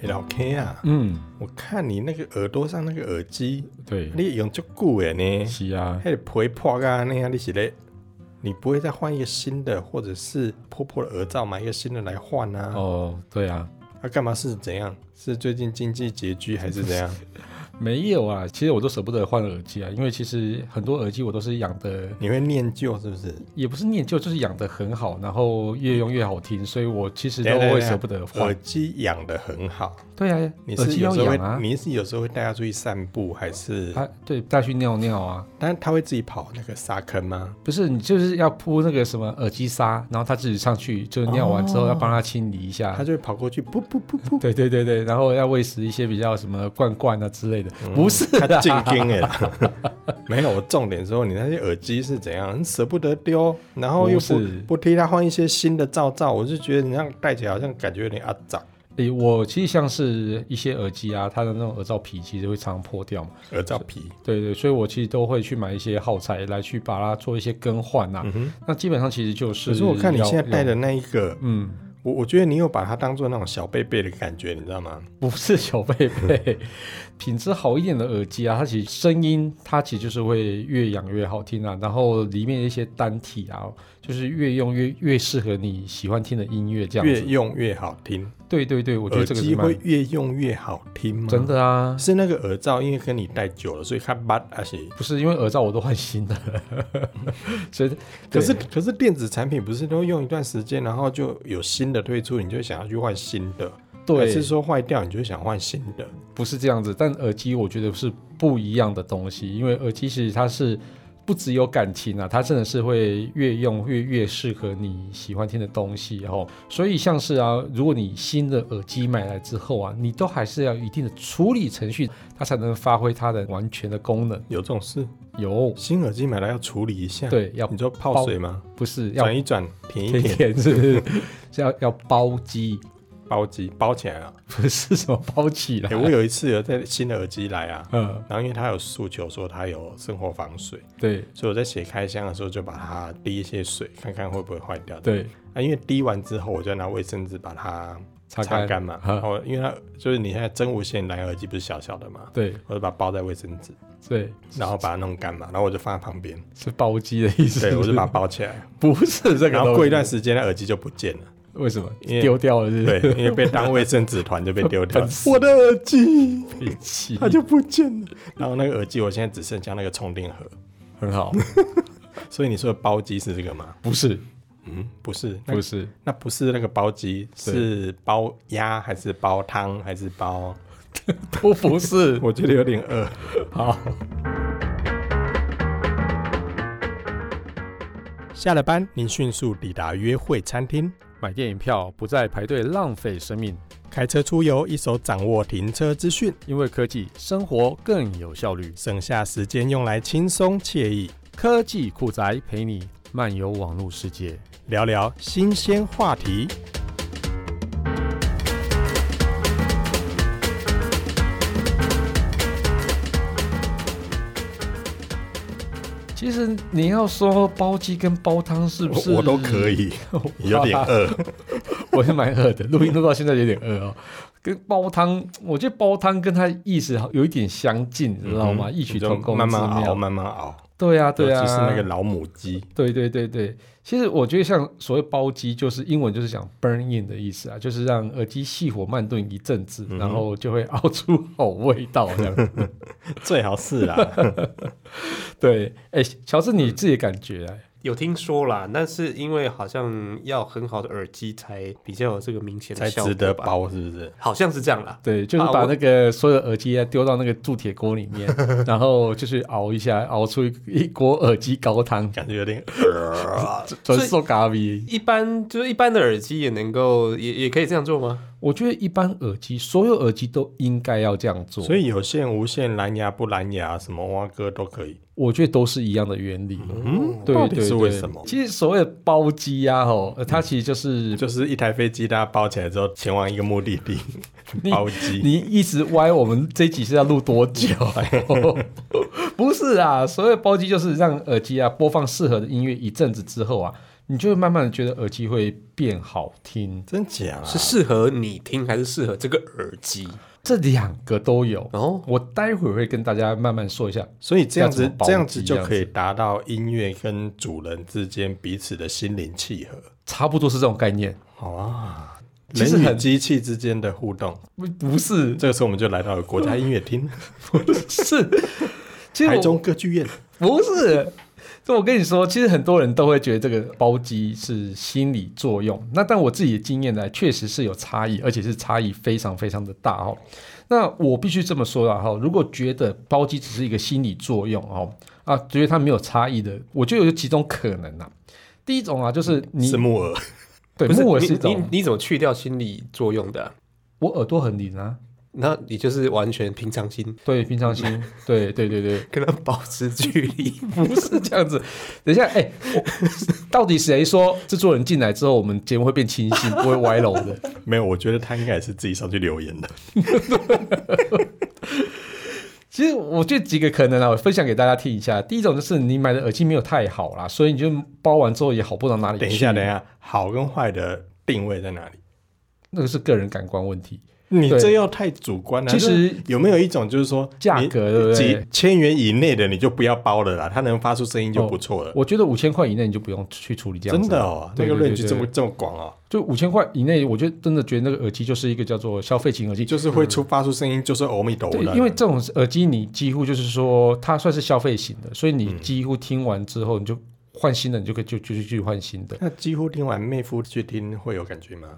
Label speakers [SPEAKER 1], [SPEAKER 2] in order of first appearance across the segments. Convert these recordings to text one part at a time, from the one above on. [SPEAKER 1] 诶老 K 啊，
[SPEAKER 2] 嗯，
[SPEAKER 1] 我看你那个耳朵上那个耳机，
[SPEAKER 2] 对，
[SPEAKER 1] 你用足久的呢，
[SPEAKER 2] 是啊，
[SPEAKER 1] 还皮破啊那样，你是咧，你不会再换一个新的，或者是破破的耳罩买一个新的来换啊？
[SPEAKER 2] 哦，对啊，
[SPEAKER 1] 他干嘛是怎样？是最近经济拮据还是怎 样？
[SPEAKER 2] 没有啊，其实我都舍不得换耳机啊，因为其实很多耳机我都是养的，
[SPEAKER 1] 你会念旧是不是？
[SPEAKER 2] 也不是念旧，就是养的很好，然后越用越好听，所以我其实都
[SPEAKER 1] 等一下等一
[SPEAKER 2] 会
[SPEAKER 1] 下
[SPEAKER 2] 舍不得换
[SPEAKER 1] 耳。机养的很好，
[SPEAKER 2] 对啊，
[SPEAKER 1] 你
[SPEAKER 2] 耳
[SPEAKER 1] 是
[SPEAKER 2] 机
[SPEAKER 1] 有
[SPEAKER 2] 要
[SPEAKER 1] 时候
[SPEAKER 2] 养
[SPEAKER 1] 会，
[SPEAKER 2] 啊，
[SPEAKER 1] 你是有时候会带他出去散步，还是？
[SPEAKER 2] 啊，对，带去尿尿啊，
[SPEAKER 1] 但他会自己跑那个沙坑吗？
[SPEAKER 2] 不是你就是要铺那个什么耳机沙，然后它自己上去，就是尿完之后要帮
[SPEAKER 1] 哦
[SPEAKER 2] 它清理一下。
[SPEAKER 1] 他就会跑过去，噗噗噗噗，
[SPEAKER 2] 对对对对，然后要喂食一些比较什么罐罐啊之类的，不是
[SPEAKER 1] 他
[SPEAKER 2] 的，
[SPEAKER 1] 进京哎啦。 没有，我重点说你那些耳机是怎样，很舍不得丢，然后又不
[SPEAKER 2] 不是
[SPEAKER 1] 不替他换一些新的罩罩，我就觉得你那样戴起来好像感觉有点阿杂，
[SPEAKER 2] 诶，我其实像是一些耳机啊，它的那种耳罩皮其实会常常破掉嘛。
[SPEAKER 1] 耳罩皮。
[SPEAKER 2] 对对，所以我其实都会去买一些耗材来去把它做一些更换呐、
[SPEAKER 1] 嗯哼，
[SPEAKER 2] 那基本上其实就是
[SPEAKER 1] 可
[SPEAKER 2] 要。
[SPEAKER 1] 是我看你现在戴的那一个，
[SPEAKER 2] 嗯，
[SPEAKER 1] 我我觉得你有把它当做那种小贝贝的感觉，你知道吗？
[SPEAKER 2] 不是小贝贝，品质好一点的耳机啊，它其实声音它其实就是会越养越好听啊，然后里面的一些单体啊，就是越用越越适合你喜欢听的音乐这样
[SPEAKER 1] 越
[SPEAKER 2] 子。
[SPEAKER 1] 用越好听，
[SPEAKER 2] 对对对，我觉
[SPEAKER 1] 耳
[SPEAKER 2] 得这个
[SPEAKER 1] 机
[SPEAKER 2] 是蛮
[SPEAKER 1] 会越用越好听吗？
[SPEAKER 2] 真的啊。
[SPEAKER 1] 是那个耳罩，因为跟你戴久了，所以它啊拔而且。
[SPEAKER 2] 不是因为耳罩我都换新的了， 所以
[SPEAKER 1] 可
[SPEAKER 2] 对
[SPEAKER 1] 是可是电子产品不是都用一段时间，然后就有新的推出，你就想要去换新的，还
[SPEAKER 2] 对
[SPEAKER 1] 是说坏掉你就想换新的？
[SPEAKER 2] 不是这样子，但耳机我觉得是不一样的东西，因为耳机其实它是不只有感情啊，它真的是会越用越越适合你喜欢听的东西哦。所以像是啊，如果你新的耳机买来之后啊，你都还是要有一定的处理程序，它才能发挥它的完全的功能。
[SPEAKER 1] 有这种事？
[SPEAKER 2] 有，
[SPEAKER 1] 新耳机买来要处理一下，，
[SPEAKER 2] 对，要
[SPEAKER 1] 你说泡水吗？
[SPEAKER 2] 不是要
[SPEAKER 1] 转一转，舔嗯一
[SPEAKER 2] 舔
[SPEAKER 1] 舔，
[SPEAKER 2] 舔是不是是要要包机，
[SPEAKER 1] 包机包起来啊。
[SPEAKER 2] 不是什么包起来
[SPEAKER 1] 哎、。我有一次有带新的耳机来啊，
[SPEAKER 2] 嗯，
[SPEAKER 1] 然后因为它有诉求说它有生活防水，
[SPEAKER 2] 对
[SPEAKER 1] 所以我在写开箱的时候就把它滴一些水，看看会不会坏掉。，
[SPEAKER 2] 对，
[SPEAKER 1] 啊，因为滴完之后，我就拿卫生纸把它
[SPEAKER 2] 擦
[SPEAKER 1] 擦
[SPEAKER 2] 干，
[SPEAKER 1] 干嘛，
[SPEAKER 2] 嗯
[SPEAKER 1] 然后因为它就是你现在真无线蓝牙耳机不是小小的嘛，
[SPEAKER 2] 对
[SPEAKER 1] 我就把它包在卫生纸，
[SPEAKER 2] 对，
[SPEAKER 1] 然后把它弄干嘛，然后我就放在旁 边，
[SPEAKER 2] 是包机的意思。
[SPEAKER 1] 对我
[SPEAKER 2] 是
[SPEAKER 1] 就把它包起来，
[SPEAKER 2] 不是这个东西，
[SPEAKER 1] 然后过一段时间那耳机就不见了，
[SPEAKER 2] 为什么
[SPEAKER 1] 因为
[SPEAKER 2] 丢掉了是不是？
[SPEAKER 1] 对，因为被当卫生纸团就被丢掉了
[SPEAKER 2] 笨，死
[SPEAKER 1] 我的耳机
[SPEAKER 2] 对，气
[SPEAKER 1] 它就不见了，然后那个耳机我现在只剩下那个充电盒，
[SPEAKER 2] 很好，
[SPEAKER 1] 所以你说的包机是这个吗？
[SPEAKER 2] 不 是
[SPEAKER 1] 嗯，不是，那
[SPEAKER 2] 不是，
[SPEAKER 1] 那不是那个包机，是包鸭还是包汤还是包？
[SPEAKER 2] 都不是
[SPEAKER 1] 我觉得有点 饿。
[SPEAKER 2] 好。
[SPEAKER 1] 下了班，您迅速抵达约会餐厅，
[SPEAKER 2] 买电影票不再排队浪费生命，
[SPEAKER 1] 开车出游，一手掌握停车资讯，
[SPEAKER 2] 因为科技生活更有效率。
[SPEAKER 1] 省下时间用来轻松惬意
[SPEAKER 2] 科技酷宅陪你漫游网络世界。
[SPEAKER 1] 聊聊新鲜话题。
[SPEAKER 2] 其实你要说包鸡跟包汤是不是
[SPEAKER 1] 我我都可， 以，有点 饿。
[SPEAKER 2] 我是蛮饿的，录音录到现在有点饿哦。跟煲汤，我觉得煲汤跟它意思有一点相近，你知道吗？
[SPEAKER 1] 嗯
[SPEAKER 2] 异曲
[SPEAKER 1] 你就
[SPEAKER 2] 同工
[SPEAKER 1] 慢
[SPEAKER 2] 之
[SPEAKER 1] 慢熬，
[SPEAKER 2] 妙。
[SPEAKER 1] 慢慢熬。
[SPEAKER 2] 对啊，对啊，
[SPEAKER 1] 尤其是那个老母鸡。
[SPEAKER 2] 对对对对，其实我觉得像所谓包机，就是英文就是讲 burn in 的意思啊，就是让耳机熄火慢炖一阵子，
[SPEAKER 3] 嗯
[SPEAKER 2] 然后就会熬出好味道这样。
[SPEAKER 1] 最好是 啦，
[SPEAKER 2] 对，哎，乔治你自己的感觉啊，
[SPEAKER 3] 有听说啦，但是因为好像要很好的耳机才比较有这个明显的
[SPEAKER 1] 才
[SPEAKER 3] 效果
[SPEAKER 1] 值得
[SPEAKER 3] 吧，
[SPEAKER 1] 包，是不是？
[SPEAKER 3] 好像是这样啦。
[SPEAKER 2] 对，就是
[SPEAKER 3] 啊
[SPEAKER 2] 把
[SPEAKER 3] 我
[SPEAKER 2] 那个所有的耳机啊丢到那个铸铁锅里 面，然后就是熬一下，熬出一一锅耳机高汤，
[SPEAKER 1] 感觉有点饿。啊
[SPEAKER 2] 纯
[SPEAKER 3] 所以
[SPEAKER 2] 瘦咖喱。
[SPEAKER 3] 一般就是一般的耳机也能够也也可以这样做吗？
[SPEAKER 2] 我觉得一般耳机，所有耳机都应该要这样做，
[SPEAKER 1] 所以有线、无线、蓝牙、不蓝牙，什么蛙哥都可以。
[SPEAKER 2] 我觉得都是一样的原理。
[SPEAKER 1] 嗯，
[SPEAKER 2] 对
[SPEAKER 1] 到底
[SPEAKER 2] 对
[SPEAKER 1] 是
[SPEAKER 2] 对，
[SPEAKER 1] 为什么？ 嗯
[SPEAKER 2] 其实所谓的包机啊，吼，呃它其实就是
[SPEAKER 1] 就是一台飞机，大家包起来之后前往一个目的地，
[SPEAKER 2] 你
[SPEAKER 1] 包机。
[SPEAKER 2] 你一直歪，我们这一集是要录 多久？ 不是啊，所谓包机就是让耳机啊播放适合的音乐一阵子之后啊，你就会慢慢的觉得耳机会变好听。
[SPEAKER 1] 真假啊？
[SPEAKER 3] 是适合你听还是适合这个耳机？
[SPEAKER 2] 这两个都有，
[SPEAKER 3] 哦，
[SPEAKER 2] 我待会儿会跟大家慢慢说一下。
[SPEAKER 1] 所以这样
[SPEAKER 2] 要
[SPEAKER 1] 子
[SPEAKER 2] 怎么包
[SPEAKER 1] 这样子
[SPEAKER 2] 机
[SPEAKER 1] 就
[SPEAKER 2] 这样
[SPEAKER 1] 可以达到音乐跟主人之间彼此的心灵契合。
[SPEAKER 2] 差不多是这种概念，
[SPEAKER 1] 好
[SPEAKER 2] 哦
[SPEAKER 1] 啊，
[SPEAKER 2] 其实
[SPEAKER 1] 人与
[SPEAKER 2] 很
[SPEAKER 1] 机器之间的互动，
[SPEAKER 2] 不不是
[SPEAKER 1] 这个时候我们就来到了国家音乐厅、
[SPEAKER 2] 是，其 实
[SPEAKER 1] 台
[SPEAKER 2] 我
[SPEAKER 1] 中歌剧院。
[SPEAKER 2] 不是，就我跟你说，其实很多人都会觉得这个包机是心理作用。那但我自己的经验呢，确实是有差异，而且是差异非常非常的大哦。那我必须这么说啦哈，如果觉得包机只是一个心理作用哦，啊，觉得它没有差异的，我就有几种可能啊。第一种啊，就是你
[SPEAKER 1] 是木耳，
[SPEAKER 2] 对
[SPEAKER 3] 不是
[SPEAKER 2] 木耳
[SPEAKER 3] 你
[SPEAKER 2] 是一
[SPEAKER 3] 你
[SPEAKER 2] 种，
[SPEAKER 3] 你怎么去掉心理作用的啊、
[SPEAKER 2] 我耳朵很灵啊，
[SPEAKER 3] 那你就是完全平常心，
[SPEAKER 2] 对，平 常心，对对对对，
[SPEAKER 3] 跟他保持距 离。
[SPEAKER 2] 不是这样子。等一下，哎、我到底谁说制作人进来之后，我们节目会变清新，不会歪楼的？
[SPEAKER 1] 没有，我觉得他应该也是自己上去留言的。
[SPEAKER 2] 其实我觉得几个可能啊，我分享给大家听一下。第一种就是你买的耳机没有太好啦，所以你就包完之后也好不到哪里去。
[SPEAKER 1] 等一下，等一，下，好跟坏的定位在哪里？
[SPEAKER 2] 那个是个人感官问题。
[SPEAKER 1] 你
[SPEAKER 2] 对
[SPEAKER 1] 这又太主观了。
[SPEAKER 2] 其实
[SPEAKER 1] 就是有没有一种就是说
[SPEAKER 2] 价
[SPEAKER 1] 你
[SPEAKER 2] 格对不对
[SPEAKER 1] 几千元以内的你就不要包了啦，它能发出声音就不错了。
[SPEAKER 2] 哦我觉得五千块以内你就不用去处理这样
[SPEAKER 1] 真
[SPEAKER 2] 子。啊
[SPEAKER 1] 的哦，那
[SPEAKER 2] 对
[SPEAKER 1] 个
[SPEAKER 2] 对对
[SPEAKER 1] range
[SPEAKER 2] 对
[SPEAKER 1] 这么这么广哦，
[SPEAKER 2] 就五千块以内，我觉得真的觉得那个耳机就是一个叫做消费型耳机，
[SPEAKER 1] 就是会出发出声音，就是欧米斗
[SPEAKER 2] 嗯对，
[SPEAKER 1] 的。
[SPEAKER 2] 因为这种耳机你几乎就是说它算是消费型的，所以
[SPEAKER 1] 嗯
[SPEAKER 2] 你几乎听完之后你就换新的，你就可以就就就去换新的。
[SPEAKER 1] 那几乎听完妹夫去听会有感觉吗？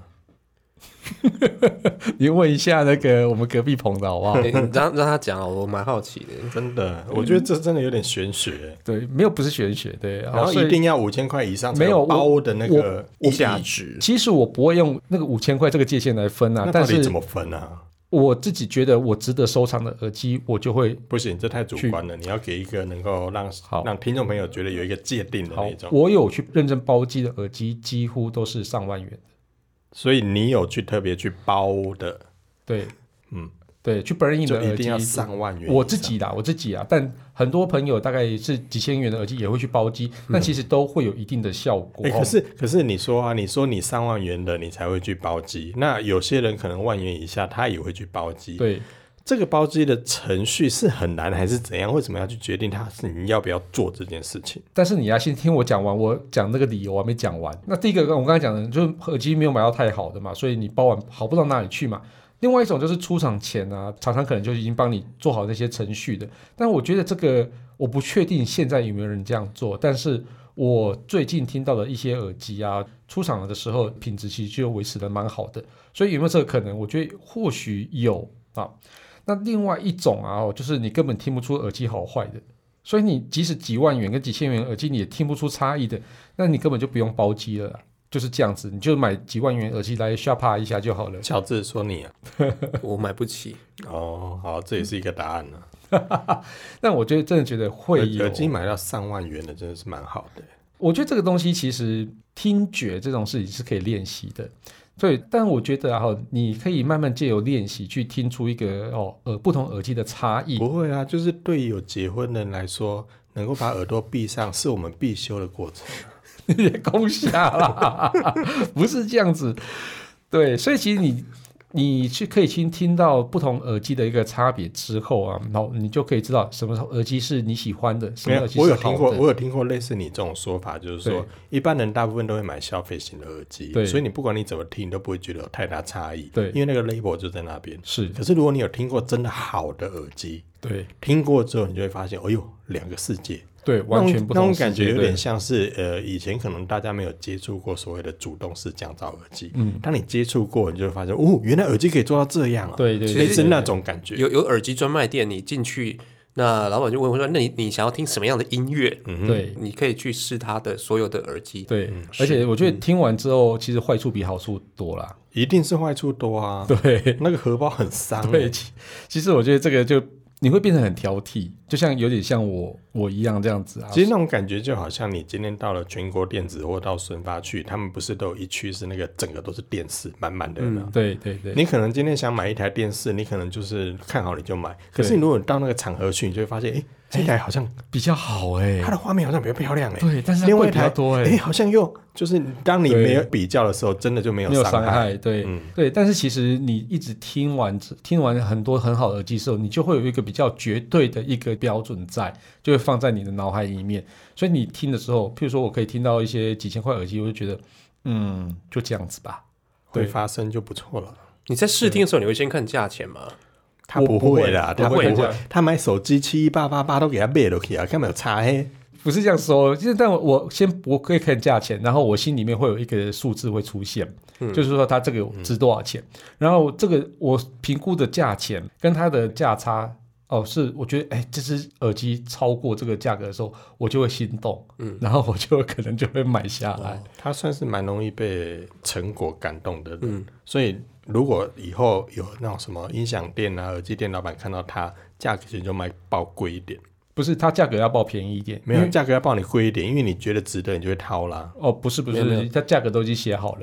[SPEAKER 2] 你问一下那个我们隔壁棚的好不好
[SPEAKER 3] 哎？你让让他讲哦，我蛮好奇的。
[SPEAKER 1] 真的，我觉得这真的有点玄学。
[SPEAKER 2] 对，没有不是玄学，对，
[SPEAKER 1] 然后
[SPEAKER 2] 嗯哦所以
[SPEAKER 1] 一定要五千块以上才
[SPEAKER 2] 没有我
[SPEAKER 1] 包的那个
[SPEAKER 3] 我
[SPEAKER 1] 价值，
[SPEAKER 2] 其实我不会用那个五千块这个界限来分啊
[SPEAKER 1] 那，到
[SPEAKER 2] 但
[SPEAKER 1] 底怎
[SPEAKER 2] 是
[SPEAKER 1] 么分啊？
[SPEAKER 2] 我自己觉得我值得收藏的耳机，我就会
[SPEAKER 1] 不行，这太主观了。你要给一个能够让
[SPEAKER 2] 好
[SPEAKER 1] 让听众朋友觉得有一个界定的
[SPEAKER 2] 好
[SPEAKER 1] 那，种。
[SPEAKER 2] 我有去认真包机的耳机，几乎都是上万元的，
[SPEAKER 1] 所以你有去特别去包的，
[SPEAKER 2] 对，
[SPEAKER 1] 嗯，
[SPEAKER 2] 对，去 b r i n g
[SPEAKER 1] 就
[SPEAKER 2] 的
[SPEAKER 1] 一
[SPEAKER 2] 耳
[SPEAKER 1] 定要
[SPEAKER 2] 机
[SPEAKER 1] 上万元以上。
[SPEAKER 2] 我自己啦，我自己啦，但很多朋友大概是几千元的耳机也会去包机，那其实都会有一定的效果。
[SPEAKER 1] 哎、可是可是你说啊，你说你上万元的你才会去包机，那有些人可能万元以下他也会去包机。
[SPEAKER 2] 对，
[SPEAKER 1] 这个包机的程序是很难还是怎样？为什么要去决定他是你要不要做这件事情？
[SPEAKER 2] 但是你要先听我讲完，我讲那个理由我还没讲完。那第一个我刚才讲的，就是耳机没有买到太好的嘛，所以你包完好不到哪里去嘛。另外一种就是出厂前啊，厂商可能就已经帮你做好那些程序的。但我觉得这个我不确定现在有没有人这样做，但是我最近听到的一些耳机啊，出厂的时候品质其实就维持的蛮好的，所以有没有这个可能？我觉得或许有啊。那另外一种啊，哦就是你根本听不出耳机好坏的。所以你即使几万元跟几千元耳机，你也听不出差异的，那你根本就不用包机了啦，就是这样子，你就买几万元耳机来 shop 一下就好了。
[SPEAKER 1] 乔治说你啊，
[SPEAKER 3] 我买不起，
[SPEAKER 1] 哦，好，这也是一个答案啊。
[SPEAKER 2] 但我觉得真的觉得会
[SPEAKER 1] 耳
[SPEAKER 2] 有
[SPEAKER 1] 耳，机买到上万元的真的是蛮好的。
[SPEAKER 2] 我觉得这个东西其实听觉这种事情是可以练习的。对，但我觉得啊，哦你可以慢慢借由练习去听出一个哦呃不同耳机的差异。
[SPEAKER 1] 不会啊，就是对于有结婚的人来说，能够把耳朵闭上是我们必修的过程。
[SPEAKER 2] 也攻下啦，不是这样子。对，所以其实你你去可以听听到不同耳机的一个差别之后啊，然后你就可以知道什么耳机是你喜欢的，什
[SPEAKER 1] 没有
[SPEAKER 2] 么耳，机
[SPEAKER 1] 我
[SPEAKER 2] 是
[SPEAKER 1] 有听
[SPEAKER 2] 好
[SPEAKER 1] 过，
[SPEAKER 2] 的。
[SPEAKER 1] 我有听过类似你这种说法，就是说
[SPEAKER 2] 对
[SPEAKER 1] 一般人大部分都会买消费型的耳机
[SPEAKER 2] 对，
[SPEAKER 1] 所以你不管你怎么听，你都不会觉得有太大差异。
[SPEAKER 2] 对
[SPEAKER 1] 因为那个 label 就在那边。
[SPEAKER 2] 是，
[SPEAKER 1] 可是如果你有听过真的好的耳机，
[SPEAKER 2] 对
[SPEAKER 1] 听过之后，你就会发现，哎呦，两个世界，
[SPEAKER 2] 对，完全不
[SPEAKER 1] 那种
[SPEAKER 2] 同
[SPEAKER 1] 那种
[SPEAKER 2] 世界。
[SPEAKER 1] 感觉有
[SPEAKER 2] 对
[SPEAKER 1] 点像是呃，以前可能大家没有接触过所谓的主动式降噪耳机，
[SPEAKER 2] 嗯，
[SPEAKER 1] 当你接触过，你就会发现，哦，原来耳机可以做到这样啊，
[SPEAKER 2] 对对
[SPEAKER 1] 类
[SPEAKER 2] 对，
[SPEAKER 1] 似
[SPEAKER 2] 对
[SPEAKER 1] 那种感觉。
[SPEAKER 3] 有有耳机专卖店，你进去，那老板就问我说：“那你你想要听什么样的音乐？”
[SPEAKER 1] 嗯哼，
[SPEAKER 2] 对
[SPEAKER 3] 你可以去试他的所有的耳机。
[SPEAKER 2] 对，
[SPEAKER 1] 嗯是
[SPEAKER 2] 而且我觉得听完之后，其实坏处比好处多啦。
[SPEAKER 1] 一定是坏处多啊，
[SPEAKER 2] 对
[SPEAKER 1] 那个荷包很伤欸，
[SPEAKER 2] 对，其其实我觉得这个就你会变得很挑剔，就像有点像我我一样这样子啊。
[SPEAKER 1] 其实那种感觉就好像你今天到了全国电子或到顺发去，他们不是都有一区是那个整个都是电视满满的有没有
[SPEAKER 2] 对对对，
[SPEAKER 1] 你可能今天想买一台电视，你可能就是看好你就买。可是你如果到那个场合去，你就会发现，哎、这台好像
[SPEAKER 2] 比较好哎、
[SPEAKER 1] 它的画面好像比较漂亮哎、
[SPEAKER 2] 对，但是它
[SPEAKER 1] 另外
[SPEAKER 2] 贵
[SPEAKER 1] 一
[SPEAKER 2] 比较
[SPEAKER 1] 台
[SPEAKER 2] 多哎、
[SPEAKER 1] 哎、好像又就是当你
[SPEAKER 2] 对
[SPEAKER 1] 没有比较的时候，真的就没有
[SPEAKER 2] 没有
[SPEAKER 1] 伤
[SPEAKER 2] 伤害，对、
[SPEAKER 1] 嗯
[SPEAKER 2] 对，但是其实你一直听完听完很多很好的耳机之后，你就会有一个比较绝对的一个标准在，就会放在你的脑海里面。所以你听的时候，譬如说我可以听到一些几千块耳机，我就觉得，嗯，就这样子吧。
[SPEAKER 1] 会
[SPEAKER 2] 对
[SPEAKER 1] 发生就不错了。
[SPEAKER 3] 你在试听的时候，你会先看价钱吗？
[SPEAKER 1] 他
[SPEAKER 2] 我
[SPEAKER 1] 不
[SPEAKER 2] 不
[SPEAKER 1] 会
[SPEAKER 2] 会
[SPEAKER 1] 啦，
[SPEAKER 2] 我
[SPEAKER 1] 他
[SPEAKER 2] 不
[SPEAKER 1] 不
[SPEAKER 2] 会这
[SPEAKER 1] 会
[SPEAKER 2] 样，
[SPEAKER 1] 他买手机七一八八八都给他背了去啊，干嘛有差黑？
[SPEAKER 2] 不是这样说，就是但我我先我可以看价钱，然后我心里面会有一个数字会出现，就是说它这个值多少钱，然后这个我评估的价钱跟它的价差哦，是我觉得哎这只耳机超过这个价格的时候，我就会心动，嗯，然后我就可能就会买下来，
[SPEAKER 1] 他算是蛮容易被成果感动的人，
[SPEAKER 3] 嗯
[SPEAKER 1] 所以如果以后有那种什么音响店啊、耳机店老板看到他价格，其实就卖报贵一点，
[SPEAKER 2] 不是它价格要报便宜一点，
[SPEAKER 1] 没有价格要报你贵一点，因为你觉得值得，你就会掏啦。
[SPEAKER 2] 哦不是不
[SPEAKER 3] 没有没有
[SPEAKER 2] 是，它价格都已经写好了，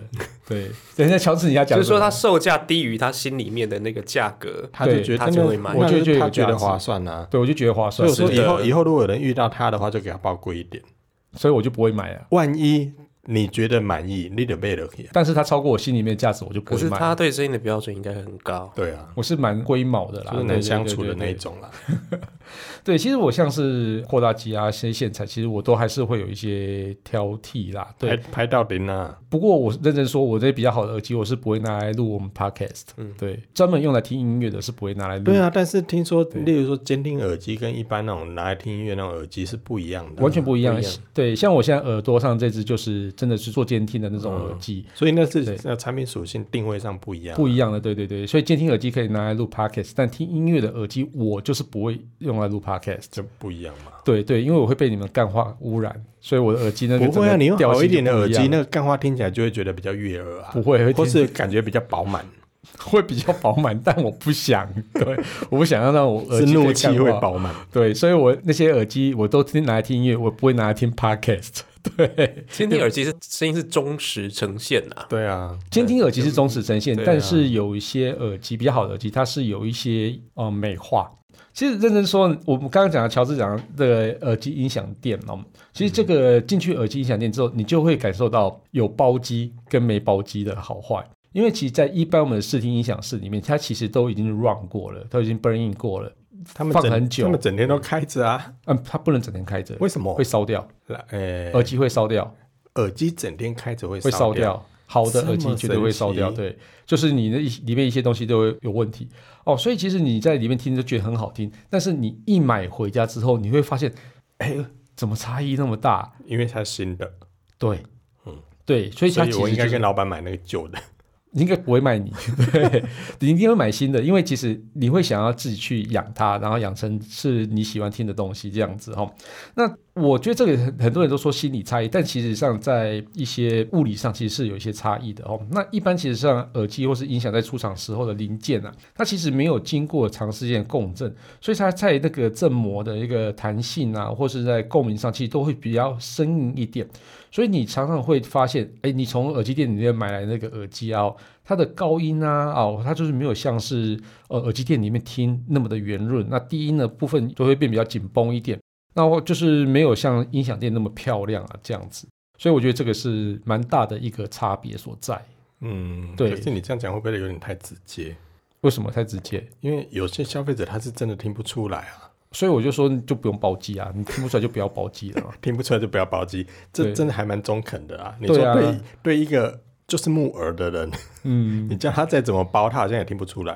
[SPEAKER 2] 对，等一下乔治你要
[SPEAKER 3] 就
[SPEAKER 2] 讲
[SPEAKER 3] 是
[SPEAKER 2] 什么，
[SPEAKER 3] 说它售价低于它心里面的那个价格，
[SPEAKER 1] 他就
[SPEAKER 2] 对
[SPEAKER 1] 觉得
[SPEAKER 3] 他就会买
[SPEAKER 1] 那
[SPEAKER 2] 我就觉得
[SPEAKER 1] 他
[SPEAKER 2] 有
[SPEAKER 1] 觉得
[SPEAKER 2] 价值
[SPEAKER 1] 划算呐、啊。
[SPEAKER 2] 对我就觉得划
[SPEAKER 1] 所
[SPEAKER 2] 算
[SPEAKER 1] 以我，说
[SPEAKER 3] 是
[SPEAKER 1] 以
[SPEAKER 3] 的
[SPEAKER 1] 后以后如果有人遇到他的话，就给他报贵一点。
[SPEAKER 2] 所以我就不会买了。啊
[SPEAKER 1] 万一你觉得满意，你得背了去啊。
[SPEAKER 2] 但是它超过我心里面的价值，我就不
[SPEAKER 3] 可
[SPEAKER 2] 会
[SPEAKER 3] 是
[SPEAKER 2] 买。
[SPEAKER 3] 他对声音的标准应该很高。
[SPEAKER 1] 对啊，
[SPEAKER 2] 我是蛮龟毛的啦，
[SPEAKER 1] 就是
[SPEAKER 2] 对
[SPEAKER 1] 能
[SPEAKER 2] 对
[SPEAKER 1] 相
[SPEAKER 2] 对
[SPEAKER 1] 处
[SPEAKER 2] 对
[SPEAKER 1] 的那
[SPEAKER 2] 对
[SPEAKER 1] 一种啦。
[SPEAKER 2] 对，其实我像是扩大机啊、一些线材，其实我都还是会有一些挑剔啦。
[SPEAKER 1] 拍
[SPEAKER 2] 对，
[SPEAKER 1] 拍到零啊，
[SPEAKER 2] 不过我认真说，我这比较好的耳机，我是不会拿来录我们 podcast。
[SPEAKER 3] 嗯
[SPEAKER 2] 对，专门用来听音乐的是不会拿来录。
[SPEAKER 1] 对啊，但是听说，
[SPEAKER 2] 对
[SPEAKER 1] 例如说监听耳机跟一般那种拿来听音乐那种耳机是不一样的，啊
[SPEAKER 2] 完全不一样
[SPEAKER 3] 不一样
[SPEAKER 2] 对，像我现在耳朵上这只就是真的是做监听的那种
[SPEAKER 1] 嗯
[SPEAKER 2] 耳机，
[SPEAKER 1] 所以那是
[SPEAKER 2] 对
[SPEAKER 1] 那产品属性定位上不一样，啊
[SPEAKER 2] 不一样的。对对对，所以监听耳机可以拿来录 podcast，但听音乐的耳机我就是不会用来录 podcast。
[SPEAKER 1] 就不一样嘛。
[SPEAKER 2] 对对，因为我会被你们干化污染，所以我的耳机那个
[SPEAKER 1] 不会
[SPEAKER 2] 整
[SPEAKER 1] 啊，
[SPEAKER 2] 个
[SPEAKER 1] 你用
[SPEAKER 2] 调
[SPEAKER 1] 好
[SPEAKER 2] 性
[SPEAKER 1] 一
[SPEAKER 2] 就
[SPEAKER 1] 点的
[SPEAKER 2] 不
[SPEAKER 1] 耳机，
[SPEAKER 2] 样
[SPEAKER 1] 那个干话听起来就会觉得比较悦耳啊
[SPEAKER 2] 不，会，会
[SPEAKER 1] 或
[SPEAKER 2] 听
[SPEAKER 1] 是感觉比较饱满，
[SPEAKER 2] 会比较饱满，但我不想， 对，我不想要让我耳
[SPEAKER 1] 是
[SPEAKER 2] 机
[SPEAKER 1] 怒
[SPEAKER 2] 被
[SPEAKER 1] 气
[SPEAKER 2] 干
[SPEAKER 1] 会
[SPEAKER 2] 化，
[SPEAKER 1] 饱满。
[SPEAKER 2] 对，所以我那些耳机我都听拿来听音乐，我不会拿来听 podcast。对，
[SPEAKER 3] 监听耳机是声音是忠实呈现呐、
[SPEAKER 1] 对啊，
[SPEAKER 2] 监听耳机是忠实呈现
[SPEAKER 3] 对，啊
[SPEAKER 2] 但是有一些耳机比较好的耳机，它是有一些呃美化。其实认真说，我们刚刚讲的乔治讲的这个耳机音响店哦，其实这个
[SPEAKER 3] 嗯
[SPEAKER 2] 进去耳机音响店之后，你就会感受到有包机跟没包机的好坏。因为其实，在一般我们的视听音响室里面，它其实都已经 run 过了，都已经 burn in 过了。
[SPEAKER 1] 他们
[SPEAKER 2] 放
[SPEAKER 1] 整
[SPEAKER 2] 很久
[SPEAKER 1] 他们整天都开着啊，
[SPEAKER 2] 嗯，它不能整天开着，
[SPEAKER 3] 哦
[SPEAKER 1] 为什么
[SPEAKER 2] 会？烧掉，
[SPEAKER 1] 来呃，
[SPEAKER 2] 耳机会烧掉，
[SPEAKER 1] 耳机整天开着会
[SPEAKER 2] 会烧
[SPEAKER 1] 掉，
[SPEAKER 2] 掉。好的
[SPEAKER 1] 这
[SPEAKER 2] 耳机
[SPEAKER 1] 么
[SPEAKER 2] 绝对会
[SPEAKER 1] 神
[SPEAKER 2] 烧掉，
[SPEAKER 1] 奇
[SPEAKER 2] 对，就是你的一里面一些东西都会有问题哦。所以其实你在里面听就觉得很好听，但是你一买回家之后，你会发现，哎，怎么差异那么大？
[SPEAKER 1] 因为它新的，
[SPEAKER 2] 对，
[SPEAKER 1] 嗯
[SPEAKER 2] 嗯，对，所以它
[SPEAKER 1] 所
[SPEAKER 2] 其
[SPEAKER 1] 以
[SPEAKER 2] 实、
[SPEAKER 1] 我应该
[SPEAKER 2] 就是
[SPEAKER 1] 跟老板买那个旧的。
[SPEAKER 2] 应该不会卖你， 对，你一定会买新的，因为其实你会想要自己去养它，然后养成是你喜欢听的东西这样子哈。那我觉得这个很很多人都说心理差异，但其实上在一些物理上其实是有一些差异的哦。那一般其实上耳机或是音响在出厂时候的零件啊，它其实没有经过长时间的啊共振，所以它在那个振膜的一个弹性啊，或是在共鸣上，其实都会比较生硬一点。所以你常常会发现，哎，你从耳机店里面买来那个耳机啊，它的高音啊，哦，它就是没有像是呃耳机店里面听那么的圆润，那低音的部分都会变比较紧绷一点，那我就是没有像音响店那么漂亮啊这样子。所以我觉得这个是蛮大的一个差别所在。
[SPEAKER 1] 嗯，
[SPEAKER 2] 对
[SPEAKER 1] 可是你这样讲会不会有点太直接？
[SPEAKER 2] 为什么太直接？
[SPEAKER 1] 因为有些消费者他是真的听不出来啊，
[SPEAKER 2] 所以我就说你就不用包机啊，你听不出来就不要包机 了嘛。
[SPEAKER 1] 听不出来就不要包机，这
[SPEAKER 2] 对
[SPEAKER 1] 真的还蛮中肯的啊。你说
[SPEAKER 2] 对啊
[SPEAKER 1] 对对一个就是木耳的人，
[SPEAKER 2] 嗯，
[SPEAKER 1] 你叫他再怎么包，他好像也听不出来。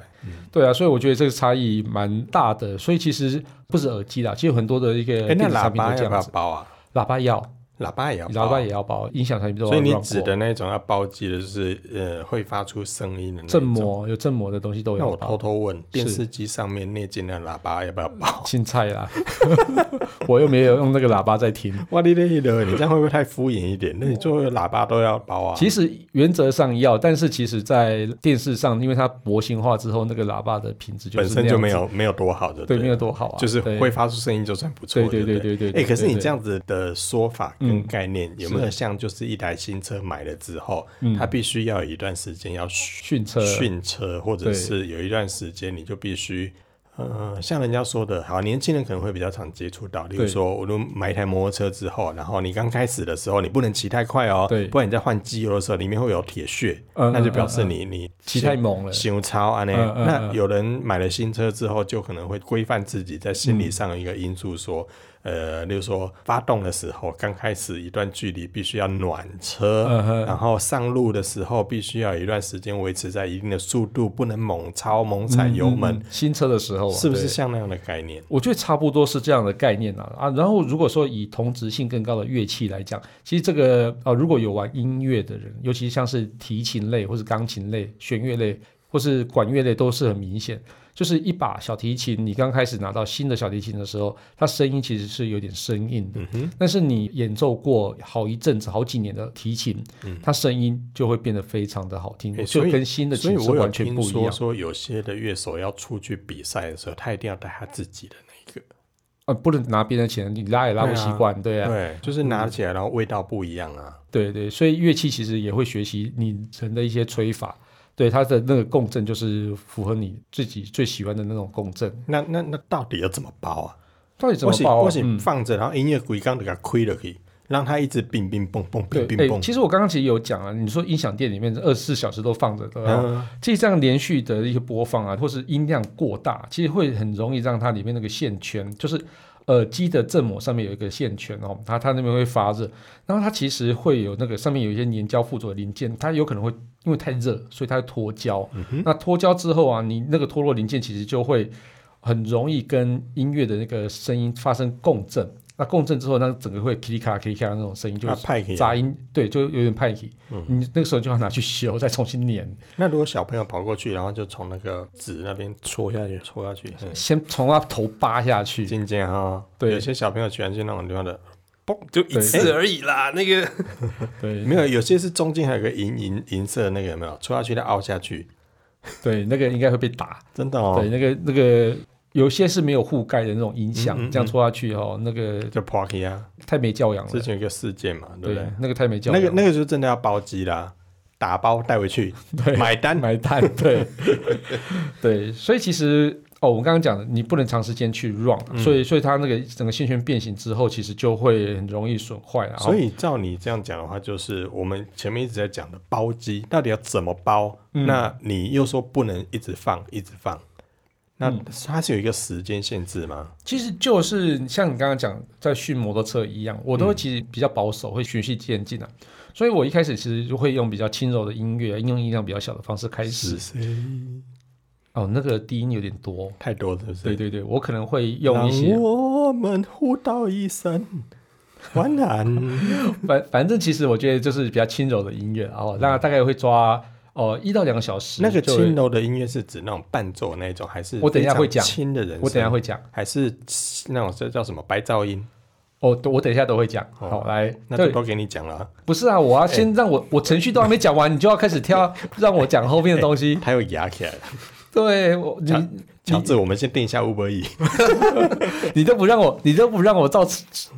[SPEAKER 2] 对啊，所以我觉得这个差异蛮大的。所以其实不止耳机啦，其实很多的一个
[SPEAKER 1] 哎、
[SPEAKER 2] 呃电
[SPEAKER 1] 那
[SPEAKER 2] 子
[SPEAKER 1] 喇
[SPEAKER 2] 产品都
[SPEAKER 1] 叭
[SPEAKER 2] 这
[SPEAKER 1] 要不要
[SPEAKER 2] 样子，
[SPEAKER 1] 包啊？
[SPEAKER 2] 喇叭要，
[SPEAKER 1] 喇叭也要包，啊
[SPEAKER 2] 喇叭也要包，啊音响产品都要
[SPEAKER 1] 所以你
[SPEAKER 2] run
[SPEAKER 1] 指
[SPEAKER 2] 过
[SPEAKER 1] 的那种要包机的，就是呃会发出声音的那
[SPEAKER 2] 振
[SPEAKER 1] 种。
[SPEAKER 2] 膜有振膜的东西都
[SPEAKER 1] 那
[SPEAKER 2] 有
[SPEAKER 1] 我
[SPEAKER 2] 包
[SPEAKER 1] 偷偷问，电视机上面内建的喇 叭要不要包？
[SPEAKER 2] 青菜啦，我又没有用那个喇叭在听。
[SPEAKER 1] 哇，你累的，你这样会不会太敷衍一 点？那你做喇叭都要包啊？
[SPEAKER 2] 其实原则上要，但是其实在电视上，因为它薄型化之后，那个喇叭的品质就是
[SPEAKER 1] 本身
[SPEAKER 2] 那样
[SPEAKER 1] 就没
[SPEAKER 2] 子，
[SPEAKER 1] 有没有多好的，
[SPEAKER 2] 对，没有多好啊，
[SPEAKER 1] 就是
[SPEAKER 2] 对
[SPEAKER 1] 会发出声音就算不错。
[SPEAKER 2] 对对
[SPEAKER 1] 对
[SPEAKER 2] 对
[SPEAKER 1] 不
[SPEAKER 2] 对对
[SPEAKER 1] 哎、
[SPEAKER 2] 对
[SPEAKER 1] 可是你
[SPEAKER 2] 对嗯
[SPEAKER 1] 这样子的说法跟概念有没有
[SPEAKER 2] 是
[SPEAKER 1] 像，就是一台新车买了之后，
[SPEAKER 2] 嗯
[SPEAKER 1] 它必须要有一段时间要训
[SPEAKER 2] 训车，
[SPEAKER 1] 训车，或者
[SPEAKER 2] 对
[SPEAKER 1] 是有一段时间你就必须呃，像人家说的，好，年轻人可能会比较常接触到，例如
[SPEAKER 2] 对
[SPEAKER 1] 说，我们买一台摩托车之后，然后你刚开始的时候，你不能骑太快哦，
[SPEAKER 2] 对
[SPEAKER 1] 不然你在换机油的时候，里面会有铁屑，
[SPEAKER 2] 嗯
[SPEAKER 1] 那就
[SPEAKER 2] 嗯
[SPEAKER 1] 表示
[SPEAKER 2] 嗯
[SPEAKER 1] 你、你
[SPEAKER 2] 骑太猛了，
[SPEAKER 1] 行超啊那、
[SPEAKER 2] 嗯嗯
[SPEAKER 1] 那
[SPEAKER 2] 嗯
[SPEAKER 1] 有人买了新车之后，就可能会规范自己在心理上的一个因素说，呃，例如说发动的时候，刚开始一段距离必须要暖车，
[SPEAKER 2] 嗯哼
[SPEAKER 1] 然后上路的时候必须要有一段时间维持在一定的速度，不能猛超猛踩油门，
[SPEAKER 2] 嗯新车的时候、啊、
[SPEAKER 1] 是不是
[SPEAKER 2] 对
[SPEAKER 1] 像那样的概念？
[SPEAKER 2] 我觉得差不多是这样的概念啊啊。然后如果说以同质性更高的乐器来讲，其实这个呃，如果有玩音乐的人，尤其像是提琴类或是钢琴类、弦乐类或是管乐类，都是很明显。就是一把小提琴，你刚开始拿到新的小提琴的时候，它声音其实是有点生硬
[SPEAKER 1] 嗯
[SPEAKER 2] 的。但是你演奏过好一阵子、好几年的提琴，它声音就会变得非常的好听，
[SPEAKER 1] 嗯诶
[SPEAKER 2] 就
[SPEAKER 1] 所以
[SPEAKER 2] 跟新的
[SPEAKER 1] 所以
[SPEAKER 2] 琴是
[SPEAKER 1] 我有
[SPEAKER 2] 完全
[SPEAKER 1] 听
[SPEAKER 2] 不一
[SPEAKER 1] 说
[SPEAKER 2] 样。
[SPEAKER 1] 说有些的乐手要出去比赛的时候，他一定要带他自己的那个，
[SPEAKER 2] 呃，不能拿别人的钱，你拉也拉不习惯，对啊。
[SPEAKER 1] 对，就是拿起来然后味道不一样啊。
[SPEAKER 2] 对对，所以乐器其实也会学习你人的一些吹法，对它的那个共振就是符合你自己最喜欢的那种共振。
[SPEAKER 1] 那那那到底要怎么包啊？
[SPEAKER 2] 到底怎
[SPEAKER 1] 我
[SPEAKER 2] 么
[SPEAKER 1] 是
[SPEAKER 2] 包、
[SPEAKER 1] 我
[SPEAKER 2] 啊？
[SPEAKER 1] 是
[SPEAKER 2] 嗯，
[SPEAKER 1] 放着，然后音乐鬼刚给它亏了可以，让它一直乒乒蹦蹦
[SPEAKER 2] 对
[SPEAKER 1] 乒，乒
[SPEAKER 2] 诶
[SPEAKER 1] 蹦。
[SPEAKER 2] 其实我刚刚其实有讲啊，你说音响店里面二十四小时都放着的、啊，
[SPEAKER 1] 嗯，
[SPEAKER 2] 其实这样连续的一些播放啊，或是音量过大，其实会很容易让它里面那个线圈，就是耳机的振膜上面有一个线圈哦，它它那边会发热，然后它其实会有那个上面有一些粘胶附着的零件，它有可能会因为太热，所以它会脱胶。
[SPEAKER 1] 嗯
[SPEAKER 2] 那脱胶之后啊，你那个脱落零件其实就会很容易跟音乐的那个声音发生共振。那共振之后，那整个会 k 咔 k 咔那种声音就
[SPEAKER 1] 那派可以。啊嗯
[SPEAKER 2] 杂音，对，就有点派体。你那个时候就要拿去修，再重新粘。
[SPEAKER 1] 那如果小朋友跑过去，然后就从那个纸那边戳下去，戳下去，嗯
[SPEAKER 2] 先从他头扒下去。
[SPEAKER 1] 渐渐哈。
[SPEAKER 2] 对
[SPEAKER 1] 有些小朋友喜欢去那种地方的，
[SPEAKER 3] 就一次而已啦。那个
[SPEAKER 2] 对
[SPEAKER 1] 没有，有些是中间还有个银银银色的那个，有没有？戳下去再凹下去，
[SPEAKER 2] 对，那个应该会被打。
[SPEAKER 1] 真的哦
[SPEAKER 2] 对，，那个那个有些是没有覆盖的那种音响，
[SPEAKER 1] 嗯嗯嗯
[SPEAKER 2] 这样戳下去哦，那个
[SPEAKER 1] 就 party 啊。
[SPEAKER 2] 太没教养了
[SPEAKER 1] 之。前有一个事件嘛，对不对？
[SPEAKER 2] 那个太没教
[SPEAKER 1] 那
[SPEAKER 2] 养
[SPEAKER 1] 个
[SPEAKER 2] 了。
[SPEAKER 1] 那个就真的要包机啦，打包带回去，
[SPEAKER 2] 对
[SPEAKER 1] 买单。
[SPEAKER 2] 买单，对 对，所以其实哦，我们刚刚讲的，你不能长时间去 run，、所啊
[SPEAKER 1] 嗯
[SPEAKER 2] 以所以它那个整个线圈变形之后，其实就会很容易损坏啊。
[SPEAKER 1] 所以照你这样讲的话，就是我们前面一直在讲的包机到底要怎么包？
[SPEAKER 2] 嗯
[SPEAKER 1] 那你又说不能一直放，一直放，那它是有一个时间限制吗？
[SPEAKER 2] 其实就是像你刚刚讲，在训摩托车一样，我
[SPEAKER 1] 嗯
[SPEAKER 2] 都会其实比较保守，会循序渐进啊。所以我一开始其实就会用比较轻柔的音乐，用音量比较小的方式开始。哦，那个低音有点多。
[SPEAKER 1] 太多了是不是？
[SPEAKER 2] 对对对，我可能会用一些
[SPEAKER 1] 让，我们互道一声 晚安。
[SPEAKER 2] 反反正其实我觉得就是比较轻柔的音乐啊，哦那大概会抓哦一到两个小时。
[SPEAKER 1] 嗯那个
[SPEAKER 2] 就
[SPEAKER 1] 轻，柔的音乐是指那种伴奏那种，还是
[SPEAKER 2] 我等一下会
[SPEAKER 1] 非常
[SPEAKER 2] 讲
[SPEAKER 1] 轻的人声？
[SPEAKER 2] 我等一下会讲
[SPEAKER 1] 还是那种这叫什么白噪音？
[SPEAKER 2] 哦，我等一下都会讲。
[SPEAKER 1] 哦
[SPEAKER 2] 好，来，
[SPEAKER 1] 那
[SPEAKER 2] 对
[SPEAKER 1] 就都给你讲了啊。
[SPEAKER 2] 不是啊，我要先让我我程序都还没讲完，你就要开 始挑让我讲后面的东西。
[SPEAKER 1] 他又牙起来了，
[SPEAKER 2] 对我你
[SPEAKER 1] 乔乔治，我们先定一下 Uber E。
[SPEAKER 2] 你都不让我，你都不让我照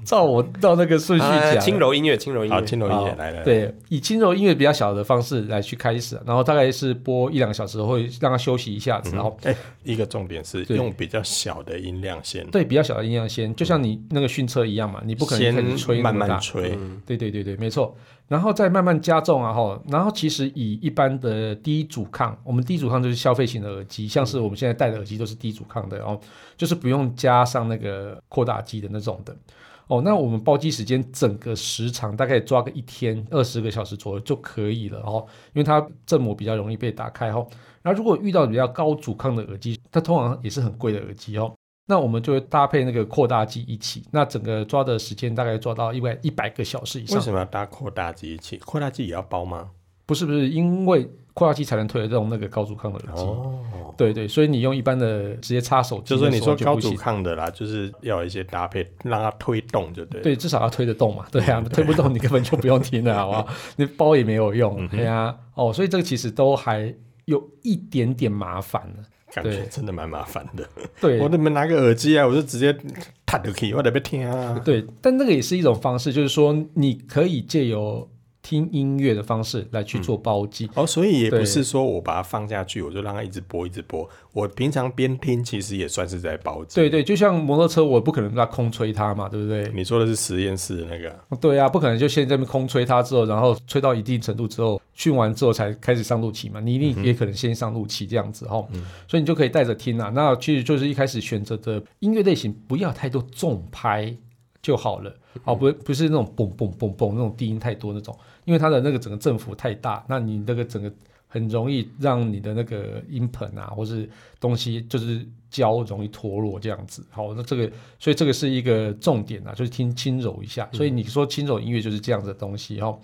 [SPEAKER 2] 照我照那个顺序
[SPEAKER 1] 哎
[SPEAKER 3] 啊
[SPEAKER 2] 讲。啊
[SPEAKER 3] 轻柔音乐，轻柔音
[SPEAKER 1] 好，
[SPEAKER 3] 乐，
[SPEAKER 1] 轻柔音乐来了。
[SPEAKER 2] 对，以轻柔音乐比较小的方式来去开始，啊然后大概是播一两个小时，会让它休息一下子，然后
[SPEAKER 1] 哎、一个重点是
[SPEAKER 2] 对
[SPEAKER 1] 用比较小的音量先，
[SPEAKER 2] 对比较小的音量先，就像你那个训车一样嘛，你不可能一开始吹
[SPEAKER 1] 先
[SPEAKER 2] 那
[SPEAKER 1] 慢
[SPEAKER 2] 么大嗯
[SPEAKER 1] 慢吹，
[SPEAKER 2] 对对对对，没错。然后再慢慢加重啊，哈。然后其实以一般的低阻抗，我们低阻抗就是消费型的耳机，像是我们现在戴的耳机都是低阻抗的哦，就是不用加上那个扩大机的那种的。哦，那我们包机时间整个时长大概抓个一天二十个小时左右就可以了哦，因为它振膜比较容易被打开哦。那如果遇到比较高阻抗的耳机，它通常也是很贵的耳机哦。那我们就会搭配那个扩大机一起，那整个抓的时间大概抓到一百一百个小时以
[SPEAKER 1] 为
[SPEAKER 2] 上。
[SPEAKER 1] 什么要搭扩大机一起？扩大机也要包吗？
[SPEAKER 2] 不是不是，因为扩大机才能推得动那个高阻抗的耳机。
[SPEAKER 1] 哦，
[SPEAKER 2] 对对，所以你用一般的直接插手机
[SPEAKER 1] 就
[SPEAKER 2] 的
[SPEAKER 1] 是
[SPEAKER 2] 时候
[SPEAKER 1] 你说
[SPEAKER 2] 就
[SPEAKER 1] 高
[SPEAKER 2] 不行
[SPEAKER 1] 阻抗的啦，就是要有一些搭配，让它推动，就对。，
[SPEAKER 2] 对，至少要推得动嘛。 对啊，推不动你根本就不用听了，好 不好？你包也没有
[SPEAKER 1] 嗯
[SPEAKER 2] 用，对啊。哦，所以这个其实都还有一点点麻烦 了。
[SPEAKER 1] 感觉
[SPEAKER 2] 对
[SPEAKER 1] 真的蛮麻烦的。
[SPEAKER 2] 对
[SPEAKER 1] 我，怎么拿个耳机啊？我就直接踏就可以，我得被听啊。
[SPEAKER 2] 对，但那个也是一种方式，就是说你可以借由听音乐的方式来去做包机。
[SPEAKER 1] 哦，所以也
[SPEAKER 2] 对
[SPEAKER 1] 不是说我把它放下去，我就让它一直播一直播。我平常边听，其实也算是在包机。
[SPEAKER 2] 对对，就像摩托车，我不可能让它空吹它嘛，对不对？
[SPEAKER 1] 你说的是实验室的那个啊，
[SPEAKER 2] 对啊，不可能就先在那边空吹它之后，然后吹到一定程度之后，训完之后才开始上路骑嘛。你一定也可能先上路骑这样子哈、所以你就可以带着听啊。那其实就是一开始选择的音乐类型不要太多重拍就好了，哦，不不是那种嘣嘣嘣嘣那种低音太多那种，因为它的那个整个振幅太大，那你那个整个很容易让你的那个音盆啊，或是东西就是胶容易脱落这样子。好，那这个所以这个是一个重点啊，就是听轻柔一下。所以你说轻柔音乐就是这样子的东西哈、哦。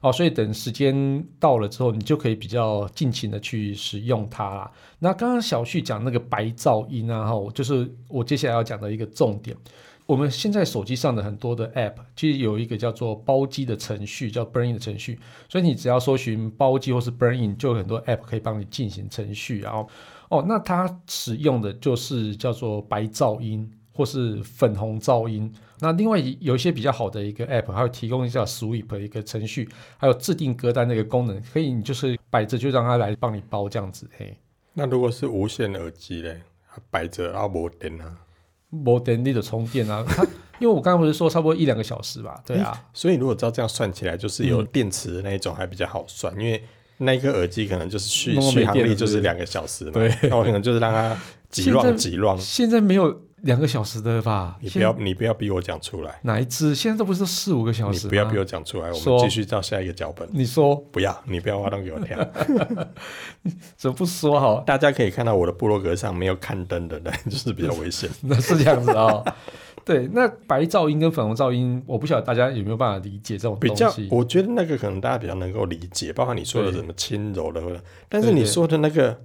[SPEAKER 2] 哦，所以等时间到了之后，你就可以比较尽情的去使用它啦。那刚刚小旭讲那个白噪音啊，哈，就是我接下来要讲的一个重点。我们现在手机上的很多的 App，其实有一个叫做包机的程序，叫 Burn In 的程序。所以你只要搜寻包机或是 Burn In，就有很多 App 可以帮你进行程序。然后，哦，那它使用的就是叫做白噪音或是粉红噪音。那另外有一些比较好的一个 App，还有提供一下 Sweep 的一个程序，还有制定歌单的一个功能，可以你就是摆着就让它来帮你包这样子。嘿，
[SPEAKER 1] 那如果是无线耳机嘞，它摆着啊，没电啊。
[SPEAKER 2] 摩登力的充电啊，它因为我刚刚不是说差不多一两个小时吧？对啊。
[SPEAKER 1] 所以如果照这样算起来，就是
[SPEAKER 2] 嗯
[SPEAKER 1] 有电池的那一种还比较好算，因为那一个耳机可能就是续
[SPEAKER 2] 弄到没
[SPEAKER 1] 续航
[SPEAKER 2] 电
[SPEAKER 1] 力
[SPEAKER 2] 了
[SPEAKER 1] 就是是
[SPEAKER 2] 不是
[SPEAKER 1] 两个小时嘛，
[SPEAKER 2] 对，
[SPEAKER 1] 那我可能就是让它几
[SPEAKER 2] 现在
[SPEAKER 1] 乱几乱，
[SPEAKER 2] 现在没有两个小时的吧？
[SPEAKER 1] 你不要你不要逼我讲出来，
[SPEAKER 2] 哪一只？现在都不是都四五个小
[SPEAKER 1] 你
[SPEAKER 2] 时吗？
[SPEAKER 1] 不要逼我讲出来，我
[SPEAKER 2] 啊说
[SPEAKER 1] 们继续照下一个脚本。
[SPEAKER 2] 你说
[SPEAKER 1] 不要，你不要挖洞给我跳。
[SPEAKER 2] 怎么不说好？
[SPEAKER 1] 大家可以看到我的部落格上没有看灯的人， 就是比较危险。
[SPEAKER 2] 那 是这样子啊、对，那白噪音跟粉红噪音，我不晓得大家有没有办法理解这种
[SPEAKER 1] 比
[SPEAKER 2] 东
[SPEAKER 1] 较
[SPEAKER 2] 西，。
[SPEAKER 1] 我觉得那个可能大家比较能够理解，包括你说的
[SPEAKER 2] 对
[SPEAKER 1] 什么轻柔的，或者但是
[SPEAKER 2] 对
[SPEAKER 1] 你
[SPEAKER 2] 对
[SPEAKER 1] 说的那个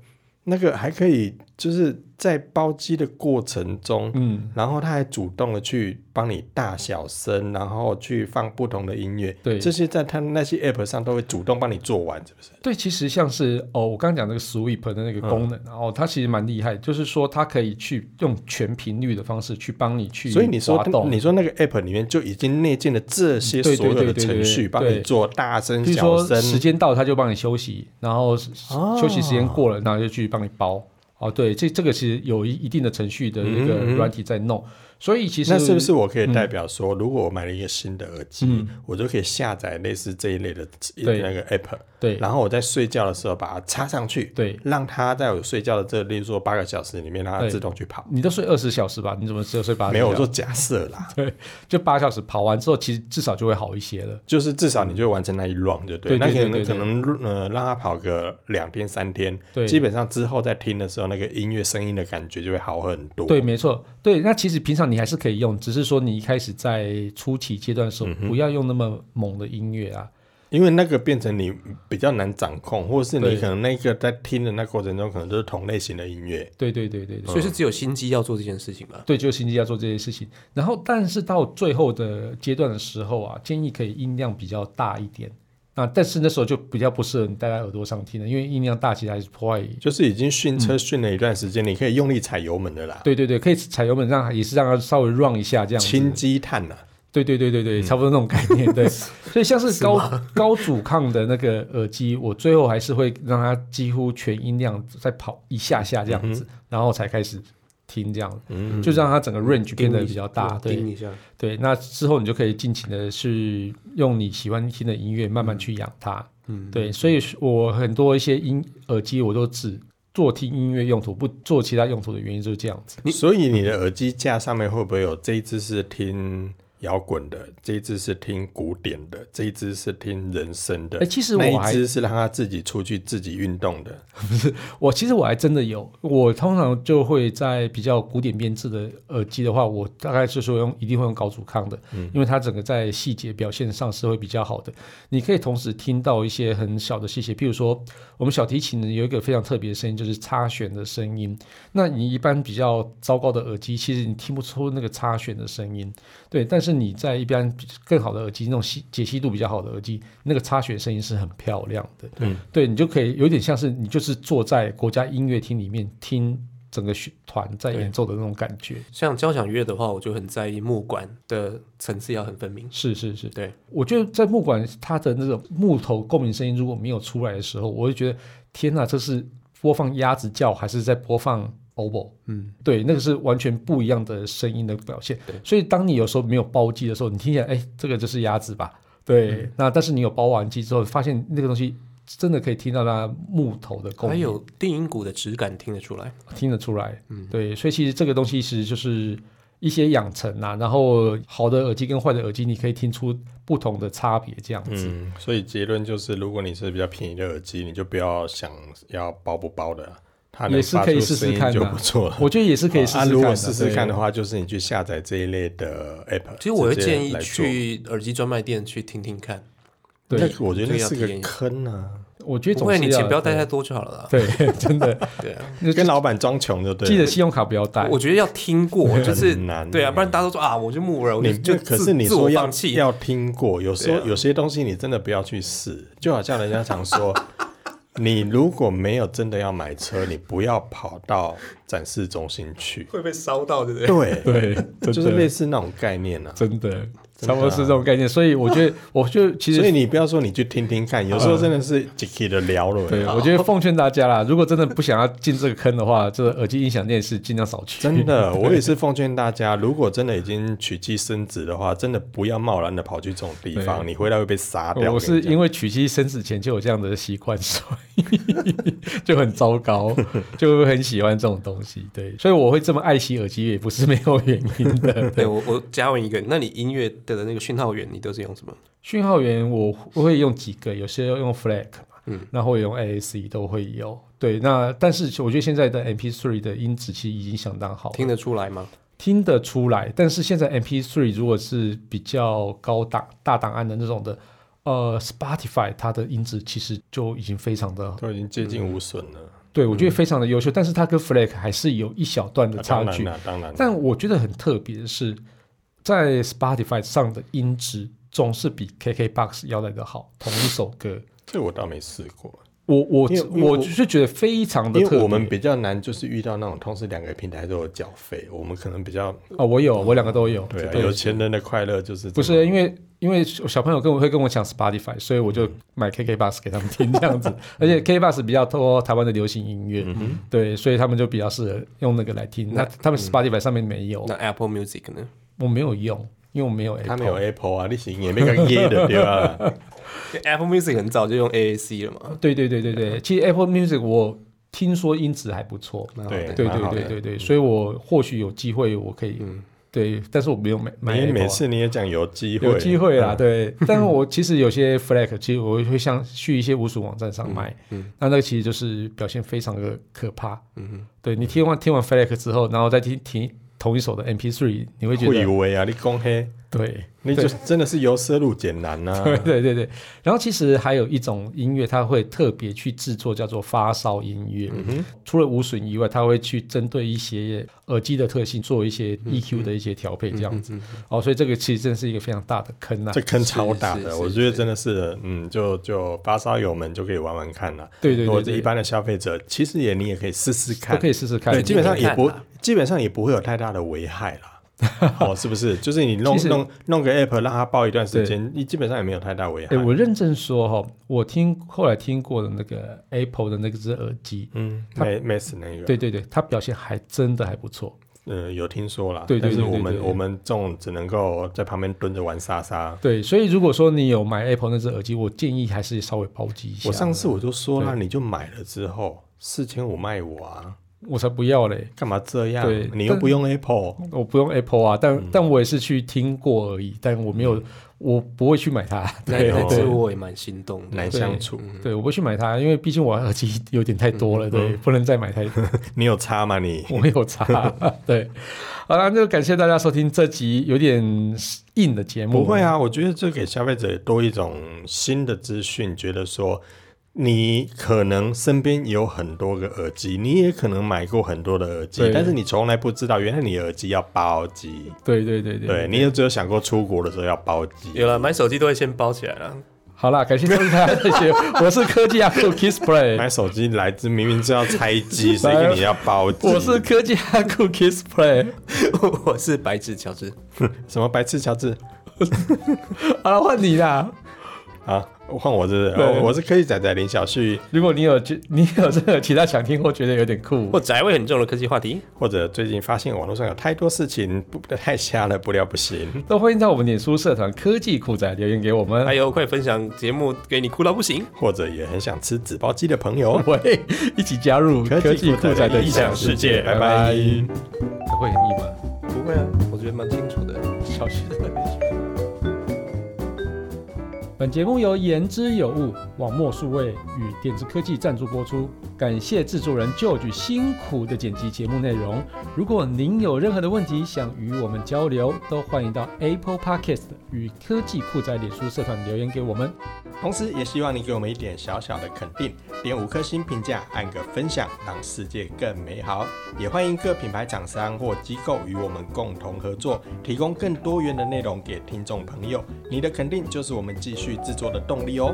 [SPEAKER 1] 那个还可以，就是在包机的过程中，
[SPEAKER 2] 嗯，
[SPEAKER 1] 然后他还主动的去帮你大小声，然后去放不同的音乐，
[SPEAKER 2] 对
[SPEAKER 1] 这些在他那些 app 上都会主动帮你做完，是不是？
[SPEAKER 2] 对，其实像是哦，我刚刚讲那个 sweep 的那个功
[SPEAKER 1] 嗯
[SPEAKER 2] 能，然后、它其实蛮厉害，就是说它可以去用全频率的方式去帮你去
[SPEAKER 1] 所以你说
[SPEAKER 2] 滑动。嗯
[SPEAKER 1] 你说那个 app 里面就已经内建了这些
[SPEAKER 2] 对对
[SPEAKER 1] 所有的
[SPEAKER 2] 对对对
[SPEAKER 1] 程序，
[SPEAKER 2] 对
[SPEAKER 1] 帮你做大声
[SPEAKER 2] 比如
[SPEAKER 1] 小
[SPEAKER 2] 说时
[SPEAKER 1] 声。
[SPEAKER 2] 间到，他就帮你休息，然后是
[SPEAKER 1] 哦
[SPEAKER 2] 休息时间过了，然后就去帮你包。哦，对，这这个其实有一一定的程序的一个
[SPEAKER 1] 嗯嗯嗯
[SPEAKER 2] 软体在弄，所以其实嗯
[SPEAKER 1] 那是不是我可以代表说，如果我买了一个新的耳机，我就可以下载类似这一类的
[SPEAKER 2] 对
[SPEAKER 1] 那个 app，
[SPEAKER 2] 对
[SPEAKER 1] 然后我在睡觉的时候把它插上去，
[SPEAKER 2] 对？
[SPEAKER 1] 让它在我睡觉的这，例如说八个小时里面，让它
[SPEAKER 2] 对
[SPEAKER 1] 自动去跑。
[SPEAKER 2] 你都睡二十小时吧？你怎么只有睡八？
[SPEAKER 1] 没有，我说假设啦，
[SPEAKER 2] 就八小时，跑完之后其实至少就会好一些了。
[SPEAKER 1] 就是至少你就完成那一 round 就对，
[SPEAKER 2] 对
[SPEAKER 1] 那
[SPEAKER 2] 对
[SPEAKER 1] 可
[SPEAKER 2] 对
[SPEAKER 1] 能
[SPEAKER 2] 对
[SPEAKER 1] 可能呃让他跑个两天三天，
[SPEAKER 2] 对
[SPEAKER 1] 基本上之后在听的时候，那个音乐声音的感觉就会好很多。
[SPEAKER 2] 对，没错，对。那其实平常你还是可以用，只是说你一开始在初期阶段的时候，不要用那么猛的音乐啊。
[SPEAKER 1] 因为那个变成你比较难掌控，或者是
[SPEAKER 2] 对
[SPEAKER 1] 你可能那个在听的那过程中，可能就是同类型的音乐。
[SPEAKER 2] 对对对对对。
[SPEAKER 3] 所以是只有心机要做这件事情吧？
[SPEAKER 2] 对，就心机要做这些事情。然后，但是到最后的阶段的时候啊，建议可以音量比较大一点。那但是那时候就比较不适合你戴在耳朵上听了，因为音量大其实还是破坏。
[SPEAKER 1] 就是已经训
[SPEAKER 2] 嗯
[SPEAKER 1] 车训了一段时间，你可以用力踩油门的啦，
[SPEAKER 2] 对对对，可以踩油门让也是让它稍微 run 一下这样
[SPEAKER 1] 轻
[SPEAKER 2] 子。
[SPEAKER 1] 积碳啊呐。
[SPEAKER 2] 对对对对
[SPEAKER 3] 嗯
[SPEAKER 2] 对，差不多那种概念。 对，所以像是高高阻抗的那个耳机，我最后还是会让它几乎全音量再跑一下下这
[SPEAKER 3] 嗯
[SPEAKER 2] 样子，然后才开始听这样，
[SPEAKER 1] 嗯，
[SPEAKER 2] 就让它整个 range 变得
[SPEAKER 3] 叮一
[SPEAKER 2] 比较大。对，
[SPEAKER 3] 叮一下。
[SPEAKER 2] 对，那之后你就可以尽情的去用你喜欢听的音乐慢慢去养它。
[SPEAKER 3] 嗯，
[SPEAKER 2] 对，所以是我很多一些音耳机我都只做听音乐用途，不做其他用途的原因就是这样子。
[SPEAKER 1] 所以你的耳机架上面会不会有这一只是听摇滚的，这一只是听古典的，这一只是听人声的
[SPEAKER 2] 哎，？其实
[SPEAKER 1] 那
[SPEAKER 2] 我
[SPEAKER 1] 一
[SPEAKER 2] 还
[SPEAKER 1] 只是让他自己出去自己运动的，
[SPEAKER 2] 我其实我还真的有，我通常就会在比较古典编制的耳机的话，我大概就是用一定会用高阻抗的，因为它整个在细节表现上是会比较好的。你可以同时听到一些很小的细节，譬如说我们小提琴呢有一个非常特别的声音，就是擦弦的声音。那你一般比较糟糕的耳机，其实你听不出那个擦弦的声音，对。但是你在一般更好的耳机，那种细解析度比较好的耳机，那个擦弦声音是很漂亮的。对你就可以有点像是你就是坐在国家音乐厅里面听整个乐团在
[SPEAKER 3] 对
[SPEAKER 2] 演奏的那种感觉。
[SPEAKER 3] 像交响乐的话，我就很在意木管的层次要很分明。
[SPEAKER 2] 是是是，
[SPEAKER 3] 对，
[SPEAKER 2] 我觉得在木管它的那种木头共鸣声音如果没有出来的时候，我会觉得天哪，这是播放鸭子叫还是在播放 oboe？
[SPEAKER 3] 嗯，
[SPEAKER 2] 对，那个是完全不一样的声音的表现
[SPEAKER 3] 对。
[SPEAKER 2] 所以当你有时候没有包机的时候，你听起来，哎，这个就是鸭子吧？对。那但是你有包完机之后，发现那个东西真的可以听到它木头的共
[SPEAKER 3] 还
[SPEAKER 2] 鸣，
[SPEAKER 3] 有定音鼓的质感听得出来。
[SPEAKER 2] 听得出来。
[SPEAKER 3] 嗯
[SPEAKER 2] 对，所以其实这个东西其实就是一些养成啊，然后好的耳机跟坏的耳机，你可以听出不同的差别，这样子。
[SPEAKER 1] 嗯，所以结论就是，如果你是比较便宜的耳机，你就不要想要包不包的啊，它能
[SPEAKER 2] 也是
[SPEAKER 1] 发
[SPEAKER 2] 可以
[SPEAKER 1] 出
[SPEAKER 2] 试试
[SPEAKER 1] 声音
[SPEAKER 2] 看
[SPEAKER 1] 就
[SPEAKER 2] 啊
[SPEAKER 1] 不错了。
[SPEAKER 2] 我觉得也是可以试试
[SPEAKER 1] 啊
[SPEAKER 2] 看的、
[SPEAKER 1] 如果试试
[SPEAKER 2] 对
[SPEAKER 1] 看的话，就是你去下载这一类的 app。
[SPEAKER 3] 其实我会
[SPEAKER 1] 直接
[SPEAKER 3] 建议
[SPEAKER 1] 来做，
[SPEAKER 3] 去耳机专卖店去听听看，
[SPEAKER 2] 对
[SPEAKER 1] 那我觉得那
[SPEAKER 3] 这个
[SPEAKER 1] 是
[SPEAKER 3] 要体验
[SPEAKER 1] 个
[SPEAKER 3] 一下
[SPEAKER 1] 坑啊，
[SPEAKER 2] 我觉得
[SPEAKER 3] 不
[SPEAKER 2] 总
[SPEAKER 3] 会，
[SPEAKER 2] 是
[SPEAKER 3] 你钱不要带
[SPEAKER 2] 带
[SPEAKER 3] 太多就好了啦。
[SPEAKER 2] 对， 真的，
[SPEAKER 3] 对啊，
[SPEAKER 2] 那
[SPEAKER 1] 跟老板装穷就对了。
[SPEAKER 2] 记得信用卡不要带。
[SPEAKER 3] 我觉得要听 过，就是
[SPEAKER 1] 哎很难
[SPEAKER 3] 对啊，
[SPEAKER 1] 欸
[SPEAKER 3] 不然大家都说啊，我就木耳，我
[SPEAKER 1] 你就
[SPEAKER 3] 就就
[SPEAKER 1] 可
[SPEAKER 3] 自
[SPEAKER 1] 是你
[SPEAKER 3] 自我
[SPEAKER 1] 说要
[SPEAKER 3] 放弃，
[SPEAKER 1] 要听过，有时候、
[SPEAKER 3] 对啊
[SPEAKER 1] 有些东西你真的不要去试，就好像人家常说，你如果没有真的要买车，你不要跑到展示中心去。
[SPEAKER 3] 会被烧到，对不对？
[SPEAKER 1] 对，
[SPEAKER 2] 对，真
[SPEAKER 1] 就是类
[SPEAKER 2] 的，
[SPEAKER 1] 似那种概念啊。
[SPEAKER 2] 真的，差不多是这种概念。所以 我觉得，我就其
[SPEAKER 1] 所以
[SPEAKER 2] 实。
[SPEAKER 1] 你不要说你去听听看，有时候真的是 j i 的聊了、
[SPEAKER 2] 对，啊我觉得奉劝大家啦，如果真的不想要进这个坑的话，这个耳机音响店是尽量少去。
[SPEAKER 1] 真的，我也是奉劝大家，如果真的已经娶妻生子的话，真的不要贸然的跑去这种地方，你回来会被 杀掉。
[SPEAKER 2] 我是因
[SPEAKER 1] 为
[SPEAKER 2] 为娶妻生子前就有这样的习惯，所以 就很糟糕，就会很喜欢这种东西。对，所以我会这么爱惜耳机，也不是没有原因的。
[SPEAKER 3] 对我我加问一个，那你音乐的那个讯号源你都是用什么？
[SPEAKER 1] 哦
[SPEAKER 2] 讯号源我我会用几个，有些要用 FLAC 嘛，
[SPEAKER 3] 嗯
[SPEAKER 2] 然后用 AAC 都会有。对，那但是我觉得现在的 MP3 的音质其实已经相当好了，
[SPEAKER 3] 听得出来吗？
[SPEAKER 2] 听得出来。但是现在 MP3 如果是比较高档大档案的那种的，呃，Spotify 它的音质其实就已经非常的，
[SPEAKER 1] 都已经接近无损了，
[SPEAKER 2] 对我觉得非常的优秀。但是它跟 FLAC 还是有一小段的
[SPEAKER 1] 嗯啊
[SPEAKER 2] 差
[SPEAKER 1] 当然
[SPEAKER 2] 距。
[SPEAKER 1] 了、当然啦。
[SPEAKER 2] 但我觉得很特别的是，在 Spotify 上的音质总是比 KKBox 要来的好。同一首歌，
[SPEAKER 1] 这我倒没试过，
[SPEAKER 2] 我我
[SPEAKER 1] 因为因为
[SPEAKER 2] 我
[SPEAKER 1] 我
[SPEAKER 2] 就是觉得非常的
[SPEAKER 1] 因
[SPEAKER 2] 特
[SPEAKER 1] 为
[SPEAKER 2] 别。
[SPEAKER 1] 我们比较难，就是遇到那种同时两个平台都有缴费，我们可能比较
[SPEAKER 2] 啊、我有，我两个都有。
[SPEAKER 1] 对、啊、有钱人的快乐就是
[SPEAKER 2] 不
[SPEAKER 1] 这
[SPEAKER 2] 是
[SPEAKER 1] 么
[SPEAKER 2] 因为因为小朋友跟我会跟我抢 Spotify，所以我就买 KK Bus 给他们听这 样子，而且 KK Bus 比较多台湾的流行音
[SPEAKER 1] 嗯
[SPEAKER 2] 乐，对，所以他们就比较适合用那个来听。那他
[SPEAKER 1] 嗯
[SPEAKER 2] 们 Spotify 上面没有，
[SPEAKER 1] 哦
[SPEAKER 3] 那 Apple Music 呢？
[SPEAKER 2] 我没有用，因为我没有 a
[SPEAKER 1] 他没有 Apple 啊，你行也没个耶的对 吧？
[SPEAKER 3] 因为 Apple Music 很早就用 AAC 了嘛。
[SPEAKER 2] 对对对对
[SPEAKER 1] 嗯
[SPEAKER 2] 对，其实 Apple Music 我听说音质还不错，
[SPEAKER 3] 蛮好的
[SPEAKER 1] 哦对
[SPEAKER 2] 对
[SPEAKER 1] 蛮
[SPEAKER 2] 对
[SPEAKER 1] 好的嗯
[SPEAKER 2] 对对对，所以我或许有机会我可以，对，但是我没有买买
[SPEAKER 1] 因为
[SPEAKER 2] Apple 啊
[SPEAKER 1] 每次你也讲有机会，
[SPEAKER 2] 有机会
[SPEAKER 1] 嗯
[SPEAKER 2] 啦，对。但是我其实有些 flag，其实我会像去一些无鼠网站上卖，
[SPEAKER 1] 嗯
[SPEAKER 2] 那那个其实就是表现非常的可怕。嗯，对你听完听完 flag 之后，然后再听听同一首的 MP3，你会觉
[SPEAKER 1] 会以
[SPEAKER 2] 得
[SPEAKER 1] 为啊，你公黑，
[SPEAKER 2] 对。
[SPEAKER 1] 你就真的是由奢入俭难啊 呐、
[SPEAKER 2] 对 对对对，然后其实还有一种音乐，它会特别去制作叫做发烧音乐。除了无损以外，它会去针对一些耳机的特性做一些 EQ 的一些调配，这样
[SPEAKER 1] 嗯
[SPEAKER 2] 子。哦，所以这个其实真是一个非常大的坑啊
[SPEAKER 1] 这！坑超大
[SPEAKER 3] 是是
[SPEAKER 1] 的，
[SPEAKER 3] 是
[SPEAKER 1] 我觉得真的是，嗯，就就发烧友们就可以玩玩看了。
[SPEAKER 2] 对对对
[SPEAKER 1] 如果是
[SPEAKER 2] 对
[SPEAKER 1] 一般的消费者，其实也你也可以试试
[SPEAKER 2] 都
[SPEAKER 1] 看
[SPEAKER 2] 可，以试试看。
[SPEAKER 1] 对，基本上也不
[SPEAKER 3] 看啦，
[SPEAKER 1] 基本上也不会有太大的危害 啦。哦，是不是？就是你弄
[SPEAKER 2] 其实
[SPEAKER 1] 弄弄个 app 让它报一段时间，你基本上也没有太大危害
[SPEAKER 2] 哎、。我认真说哈、我听后来听过的那个 Apple 的那个只耳机，
[SPEAKER 1] 嗯
[SPEAKER 2] 它
[SPEAKER 1] ，Max Max 那个，
[SPEAKER 2] 对对对，它表现还真的还不错。
[SPEAKER 1] 嗯，有听说啦。
[SPEAKER 2] 对
[SPEAKER 1] 但
[SPEAKER 2] 对对
[SPEAKER 1] 是我
[SPEAKER 2] 对对
[SPEAKER 1] 们
[SPEAKER 2] 对
[SPEAKER 1] 我们这种只能够在旁边蹲着玩沙沙。
[SPEAKER 2] 对，所以如果说你有买 Apple 那只耳机，我建议还是稍微包机一下。
[SPEAKER 1] 我上次我就说啦，你就买了之后四千五卖我啊，
[SPEAKER 2] 我才不要嘞，
[SPEAKER 1] 干嘛这样
[SPEAKER 2] 对？
[SPEAKER 1] 你又
[SPEAKER 2] 但
[SPEAKER 1] 不用 Apple，
[SPEAKER 2] 我不用 Apple 啊，但、
[SPEAKER 1] 嗯
[SPEAKER 2] 但我也是去听过而已，但我没有，我不会去买它。
[SPEAKER 3] 那
[SPEAKER 1] 对哦
[SPEAKER 3] 那这我也蛮心动的。
[SPEAKER 1] 难相处。
[SPEAKER 2] 对，我不会去买它，因为毕竟我耳机有点太多
[SPEAKER 1] 嗯
[SPEAKER 2] 了，对，不能再买太多。
[SPEAKER 1] 你有差吗你？
[SPEAKER 2] 我没有差，对。好了，那就感谢大家收听这集有点硬的节目。
[SPEAKER 1] 不会啊，我觉得这给消费者多一种新的资讯，觉得说你可能身边有很多个耳机，你也可能买过很多的耳机
[SPEAKER 2] 对，
[SPEAKER 1] 但是你从来不知道，原来你耳机要包机。
[SPEAKER 2] 对对对对
[SPEAKER 1] 对，你也只有想过出国的时候要包机。
[SPEAKER 3] 有了，买手机都会先包起来了。
[SPEAKER 2] 好啦，感谢收听大家这些，我是科技阿酷 Kissplay，
[SPEAKER 1] 买手机来自明明知道拆 机，谁跟你要包机？
[SPEAKER 2] 我是科技阿酷 Kissplay。
[SPEAKER 3] 我是白纸乔治，
[SPEAKER 1] 什么白痴乔治
[SPEAKER 2] 好了，换你啦。
[SPEAKER 1] 啊？换我是不是
[SPEAKER 2] 对
[SPEAKER 1] 哦我是科技仔仔林小旭，
[SPEAKER 2] 如果你有觉你有这个其他想听或觉得有点酷，
[SPEAKER 3] 或宅味很重的科技话题，
[SPEAKER 1] 或者最近发现网络上有太多事情不太瞎了，不料不行。
[SPEAKER 2] 都欢迎在我们脸书社团科技酷仔留言给我
[SPEAKER 1] 哎
[SPEAKER 2] 们
[SPEAKER 3] 还。哎有快分享节目给你哭到不行。
[SPEAKER 1] 或者也很想吃纸包鸡的朋友，
[SPEAKER 2] 喂，一起加入
[SPEAKER 1] 科技
[SPEAKER 2] 科技酷仔的异想世界，拜拜。会很硬吗？
[SPEAKER 3] 不会啊，我觉得蛮清楚的。
[SPEAKER 2] 小学本节目由言之有物、网墨数位与电子科技赞助播出，感谢制作人 George 辛苦的剪辑节目内容。如果您有任何的问题想与我们交流，都欢迎到 Apple Podcast 与科技酷宅脸书社团留言给我们。
[SPEAKER 1] 同时也希望你给我们一点小小的肯定，点五颗星评价，按个分享，让世界更美好。也欢迎各品牌厂商或机构与我们共同合作，提供更多元的内容给听众朋友。你的肯定就是我们继续制作的动力哦。